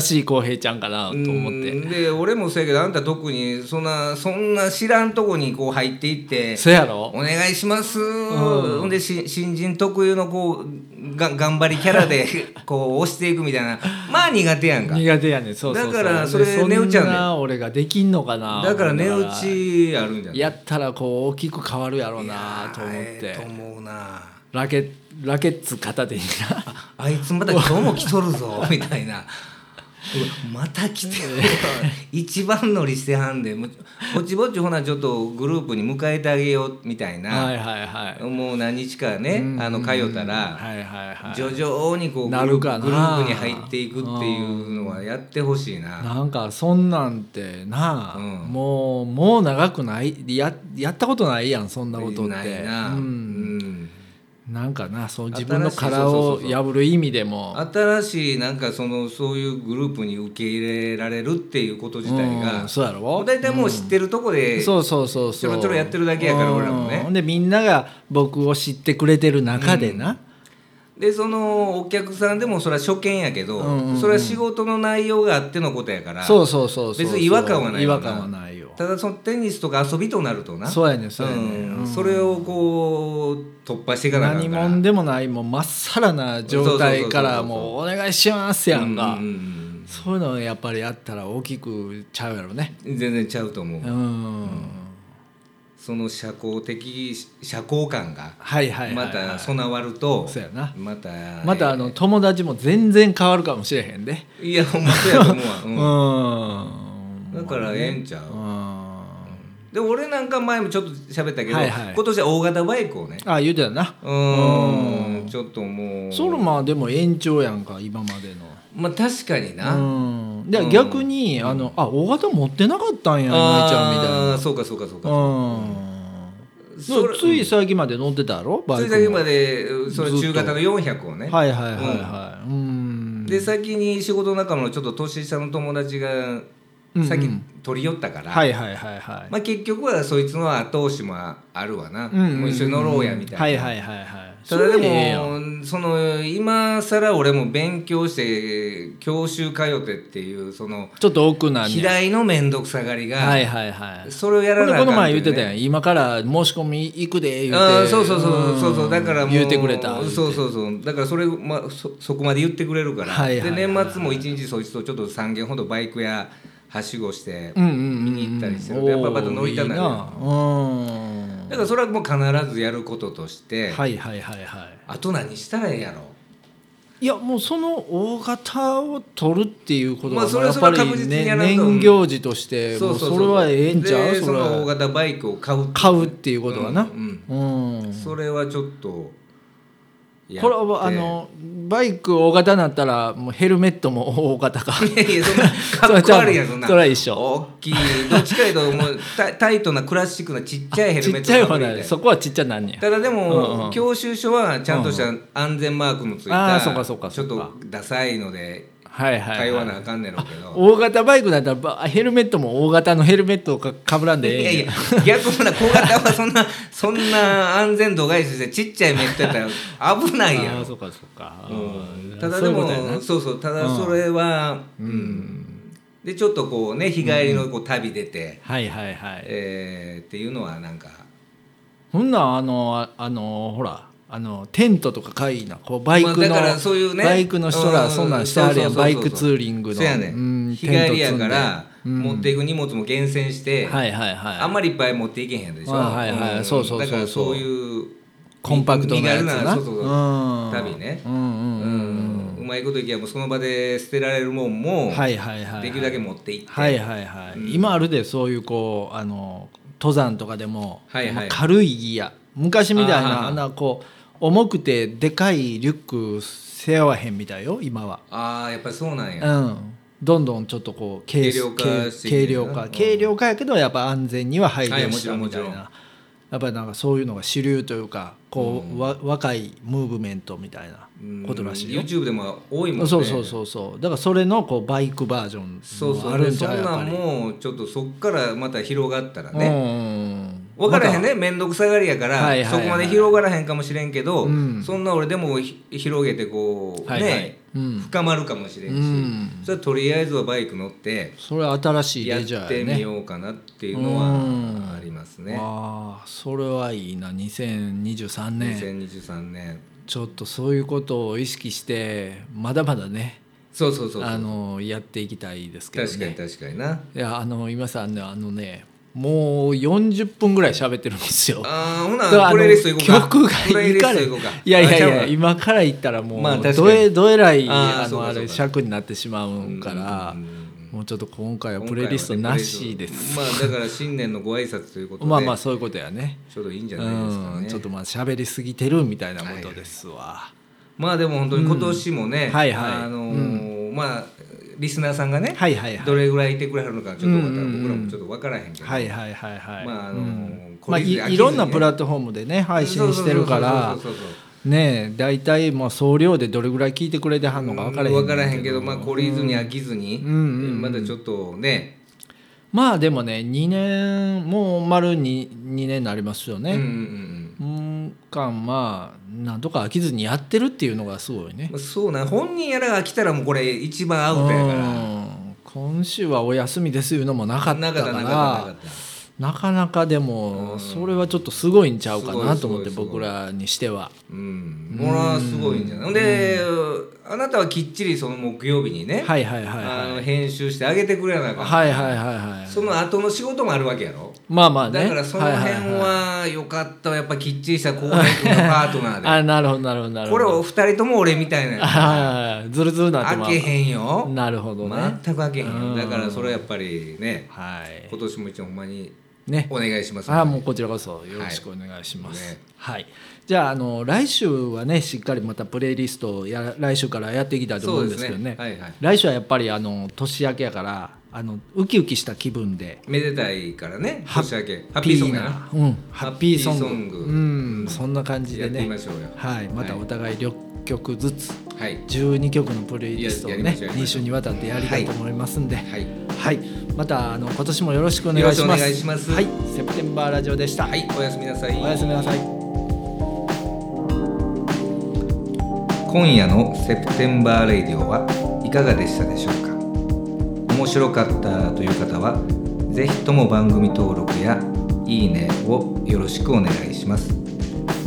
A: 新 しい浩平ちゃんかなと思って
B: うんで俺もそうやけどあんた特にそんなそんな知らんとこにこう入っていって
A: そやろ
B: お願いします、ほんでし新人特有のこうが頑張りキャラで こう押していくみたいなまあ苦手やんか
A: 苦手やねんそうそうそう
B: だからそれ
A: でん
B: 値打ちやねん
A: な俺ができんのかな
B: だから値
A: 思い
B: 打
A: ながら
B: ちあるんじゃない
A: やったらこう大きく変わるやろうなと思っ
B: いやーええ
A: て
B: と思うな
A: ラケラケッツ片手にな
B: あいつまた今日も来とる ぞみたいなうわまた来てるよ一番乗りしてはんでもうぼちぼちほなちょっとグループに迎えてあげようみたいな、
A: はいはいはい
B: もう何日かね、あの通ったら、
A: はいはいはい
B: 徐々にこうグル
A: なるかな
B: グループに入っていくっていうのはやってほしいな。
A: なんかそんなんてなあ、
B: うん
A: もうもう長くないややったことないやんそんなことって
B: ないな、
A: う、
B: うんん
A: なんかなそう自分の
B: 新しいそう
A: 殻を
B: そうそう
A: 破る意味でも
B: 新しいなんかそのそういうグループに受け入れられるっていうこと自体が、
A: うんそうやろ
B: もう大体もう知ってるとこで、
A: そうそうそうそう
B: ちょろちょろやってるだけやから俺らもね
A: うんほんでみんなが僕を知ってくれてる中でな、
B: でそのお客さんでもそれは初見やけど、
A: うんうんうん
B: それは仕事の内容があってのことやから
A: そうそうそうそう
B: 別に違和感はない
A: 違
B: よな
A: 和感はないよ
B: ただそのテニスとか遊びとなるとな
A: そうやねんそうやねん
B: ん
A: うん
B: それをこう突破していかなあか
A: 何
B: んから
A: もんでもないもうまっさらな状態からもうお願いしますやんか、
B: うんうん
A: そういうのをやっぱりやったら大きくちゃうやろね
B: うん全然ちゃうと思う、
A: うん、
B: その社交的社交感が
A: はいはいはい、
B: また備わると、
A: そうやな
B: また
A: またあの友達も全然変わるかもしれへんで
B: いやほんまそうやと思うわ、
A: う、
B: うんんだからええんちゃう、
A: うん
B: で俺なんか前もちょっと喋ったけど、
A: はいはい
B: 今年は大型バイクをね
A: あ言うてたな
B: うーんちょっともう
A: それまあでも延長やんか今までの
B: まあ確かにな、
A: うんで逆に、あのあ大型持ってなかったんや今井ちゃんみたい
B: あ
A: な
B: ーそうかそうかそうか、
A: うん
B: それ
A: つい最近まで乗ってたやろバイ
B: そ
A: ク
B: れ
A: も
B: だけまでその
A: ずっと
B: 中型の400をね、
A: はいはいはいはいうん
B: で先に仕事仲間のちょっと年下の友達が
A: うんうん
B: 先取り寄ったから、
A: はいはいはいはい
B: まあ、結局はそいつの後押しもあるわな、
A: うんうんうん
B: もう一緒に乗ろうやみたいな、
A: はいはいはいはい
B: ただで
A: それええやん
B: もその今更俺も勉強して教習通ってっていうその
A: ちょっと奥なんね
B: 左の面倒くさがりが、
A: はいはいはい
B: それをや
A: ほ
B: ら
A: んで
B: な
A: こ
B: あ
A: の
B: かん
A: 前言ってた
B: ん
A: やん今から申し込み行くで言
B: あ
A: う
B: ー
A: て
B: そうそうそうんそうそうだからもう
A: 言うてくれた
B: そうそうそうだからそれ、まあ、そそこまで言ってくれるから、
A: はいはいはい
B: で年末も一日そいつとちょっと3軒ほどバイクやはしごして、
A: うんうんうん
B: 見に行ったりしてるとやっぱまた乗りたくなる
A: おーいいな
B: だからそれはもう必ずやることとし
A: う
B: て、
A: んはいはいはいはい
B: あと何したらええやろ
A: いやもうその大型を取るっていうこと
B: ま
A: は
B: あそれ
A: や
B: は
A: っぱ
B: それは確
A: り、
B: 実にや
A: ね、
B: らんと
A: 年行事としてもうそれはええんちゃう
B: で
A: そ
B: そ
A: れ
B: の大
A: は
B: 型バイクを買う
A: 買うっていうことはな
B: うん
A: うん、
B: うんそれはちょっとやって
A: これはあのバイク大型になったらもうヘルメットも大型か
B: いやいやそんなかっこ悪いやんそん な
A: それは一緒
B: 大きいどっちかいうともうタ タイトなクラシックなちっちゃいヘル
A: ち
B: メッ
A: っ
B: ト
A: ちゃい方
B: かぶり
A: だ
B: で
A: そこはちっちゃなんねや
B: ただでも、
A: うんうん
B: 教習所はちゃんとした安全マークもつい
A: あ
B: た、
A: ーそうかそうか
B: ち
A: そ
B: ょ
A: う
B: っ
A: か
B: とダサいので
A: はいはい、は
B: 会
A: い、
B: 話なあかんねやろうけど、
A: 大型バイクだったらばヘルメットも大型のヘルメットをかかぶらんでええ
B: い
A: ん
B: や
A: や
B: いや逆もな小型はそんなそんな安全度外視してちっちゃいメットやったら危ないや
A: あ
B: ん
A: ーそうかそうか、
B: うん
A: あー
B: ただで
A: そういうこ
B: も
A: とやな
B: そうそうただそれはうんでちょっとこうね日帰りのこう旅出て、
A: はいはいはい
B: えーっていうのはなんか
A: そんなんあのああのほらあのテントとかかいいなこうバイクの、
B: まあだからそういうね
A: バイクの人ら
B: う
A: そんなんしてあるやん
B: そう
A: バ
B: そう
A: イ
B: そうそう
A: クツーリングの
B: そうやね、
A: うん
B: 日帰りやか
A: テント
B: ら持っていく荷物も厳選し
A: 積
B: て、
A: んではいはいはい
B: あんまりいっぱい持っていけへんでしょ、
A: あはいはいそうそうそうそう
B: だからそういう
A: コンパクトなやつ
B: 身軽
A: な
B: そうそうそう
A: うん
B: 旅ね
A: うんうんう
B: う
A: ん
B: んうまいこといけばもうその場で捨てられるもんも
A: はいはいはい
B: できるだけ持っていって、
A: はいはいはい、今あるでそういうこうあの登山とかでも、
B: はいはい
A: まあ軽いギア昔みたい
B: あー
A: なあんなこう重くてでかいリュック背負わへんみたいよ今は
B: ああやっぱりそうなんや、
A: うん、どんどんちょっとこう軽
B: 軽量化
A: 軽
B: してい
A: 軽
B: くん
A: 量
B: だ
A: 化
B: なうん
A: 軽量化やけどやっぱ安全には配
B: はい
A: 慮
B: も
A: し
B: ち
A: た
B: ろん
A: みたい
B: もちろ
A: なやっぱりなんかそういうのが主流というかこう、わ若いムーブメントみたいな
B: うん
A: ことらしいよ、
B: YouTube でも多いもんね
A: そうそうそうそうだからそれのこうバイクバージョ
B: そう
A: ン
B: そ
A: も
B: う
A: あるんち
B: そ
A: ゃうんやっ
B: な
A: ぱ
B: ん
A: り
B: もうちょっとそっからまた広がったらね、
A: ね
B: 分からへんね面倒くさがりやから、
A: はいはいはい
B: そこまで広がらへんかもしれんけど、
A: うん
B: そんな俺でもひ広げてこう、
A: はいはい
B: ね、
A: うん
B: 深まるかもしれんし、
A: うん
B: それはとりあえずはバイク乗って
A: それは新しい
B: や
A: レジャ
B: っ
A: ー
B: て
A: や
B: み
A: ね
B: ようかなっていうの
A: うん
B: はありますね。
A: ああそれはいいな2023年
B: 2023年
A: ちょっとそういうことを意識してまだまだね
B: そうそうそうそう
A: あのやっていきたいですけど、ね、
B: 確かに確かにない
A: やあの今さんねあのねもう40分ぐらい喋ってるんですよ
B: あーほ
A: だから
B: な
A: あ
B: プ
A: の
B: レイリスト行こうか
A: 曲が
B: プレイ
A: い
B: リ
A: い
B: ス
A: か
B: ト
A: ら
B: 行こうか
A: いやいやい
B: あちゃう
A: や
B: わ
A: 今から言ったらもう、
B: まあ確かに
A: どえどえらい
B: あー
A: あ
B: そう
A: の
B: か
A: あ
B: そう
A: れ
B: か
A: 尺になってしまうから
B: うんうん
A: もうちょっと今回は
B: 今回はね
A: プレイリストなしです、
B: プレイリストまあだから新年のご挨拶ということで
A: まあまあそういうことやね
B: ちょうどいいんじゃないですか
A: う
B: ね
A: んちょっとまあ喋りすぎてるみたいなことですわ、
B: まあでも本当に今年もね、
A: うんはいはい
B: あのーまあリスナーさんがね、
A: はいはいはい
B: どれぐらいいてくれはるのかちょっと
A: う
B: ま
A: んう
B: た
A: んうん
B: 僕らもちょっと分からへんけど、
A: はいはいはいはい。
B: まああの
A: うん
B: こ
A: まあ
B: れ
A: い
B: 飽きずにね
A: いろんなプラットフォームでね配信してるから
B: そうそうそうそう
A: ねえ大体もう総量でどれぐらい聞いてくれてはんのか分からへん
B: 分からへんけどまあ懲りずに飽きずに、
A: うんうんうん
B: まだちょっとね、
A: まあでもね2年もう丸に2年になりますよ
B: うんうんう
A: ね。
B: ん
A: うん、間まあなんとか飽きずにやってるっていうのがすごいね
B: まあそうなん本人やらが来たらもうこれ一番アウトやか
A: うん今週はお休みですいうのもなからった
B: なか
A: か
B: った
A: ら
B: なかったなかった
A: なかなかで
B: う
A: も
B: ん
A: それはちょっとすごいんちゃうかなと思って
B: すごいすごい
A: 僕らにしては
B: うんこれはすごいんじゃないほんであなたはきっちりその木曜日にね、
A: はいはいはい
B: あ
A: は
B: の
A: い
B: 編集してあげてくれなあかん
A: はいはいはいはい
B: その後の仕事もあるわけやろ
A: まあまあね
B: だからその辺
A: いいい
B: は良かったわやっぱきっちりした後輩君のパートナーで
A: あなるほどなるほどなる
B: こ
A: ほ
B: れ
A: ど
B: お二人とも俺みたいな
A: ああずるずるなって
B: 開
A: ま
B: けへんよ
A: うなるほどね
B: 全く開けへん
A: う
B: よ
A: ん
B: だからそれはやっぱりね
A: はい
B: 今年も一応ほんまに
A: ね
B: お願いします
A: ああもうこちらこそよろしくお願いします。はい
B: ね
A: じゃああの来週はねしっかりまたプレイリストをや来週からやっていきたいと思
B: そううんで
A: ですけ
B: す
A: ど
B: ね
A: ね
B: はいはい
A: 来週はやっぱりあの年明けやからあのウキウキした気分で
B: めでたいからね
A: ハッ
B: 年明けハッピーソングやな
A: ピーなうん、ハッピーソング
B: ハッピーソング
A: うん、そんな感じ
B: や
A: で
B: ってみ
A: ね
B: ましょうよ
A: はい、またお互い6曲ずつ
B: はい
A: 12曲のプレイリストを
B: ややり
A: ね
B: ましょうやり
A: 2
B: まし
A: 週
B: ょう
A: にわたってやりたいと思いますんで、
B: はい
A: はい、またあの今年もよろしくお願いし
B: よろしく
A: ま
B: お
A: す。
B: 願いします
A: はい、セプテンバーラジオでした。
B: はいおやすみなさい
A: おやすみなさい。
B: 今夜のセプテンバーレイディオはいかがでしたでしょうか面白かったという方はぜひとも番組登録やいいねをよろしくお願いします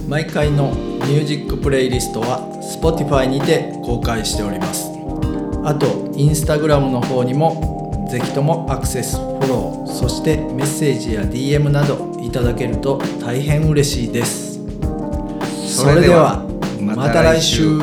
A: 毎回のミュージックプレイリストは Spotify にて公開しておりますあと Instagram の方にもぜひともアクセスフォローそしてメッセージや DM などいただけると大変嬉しいですそれではまた来週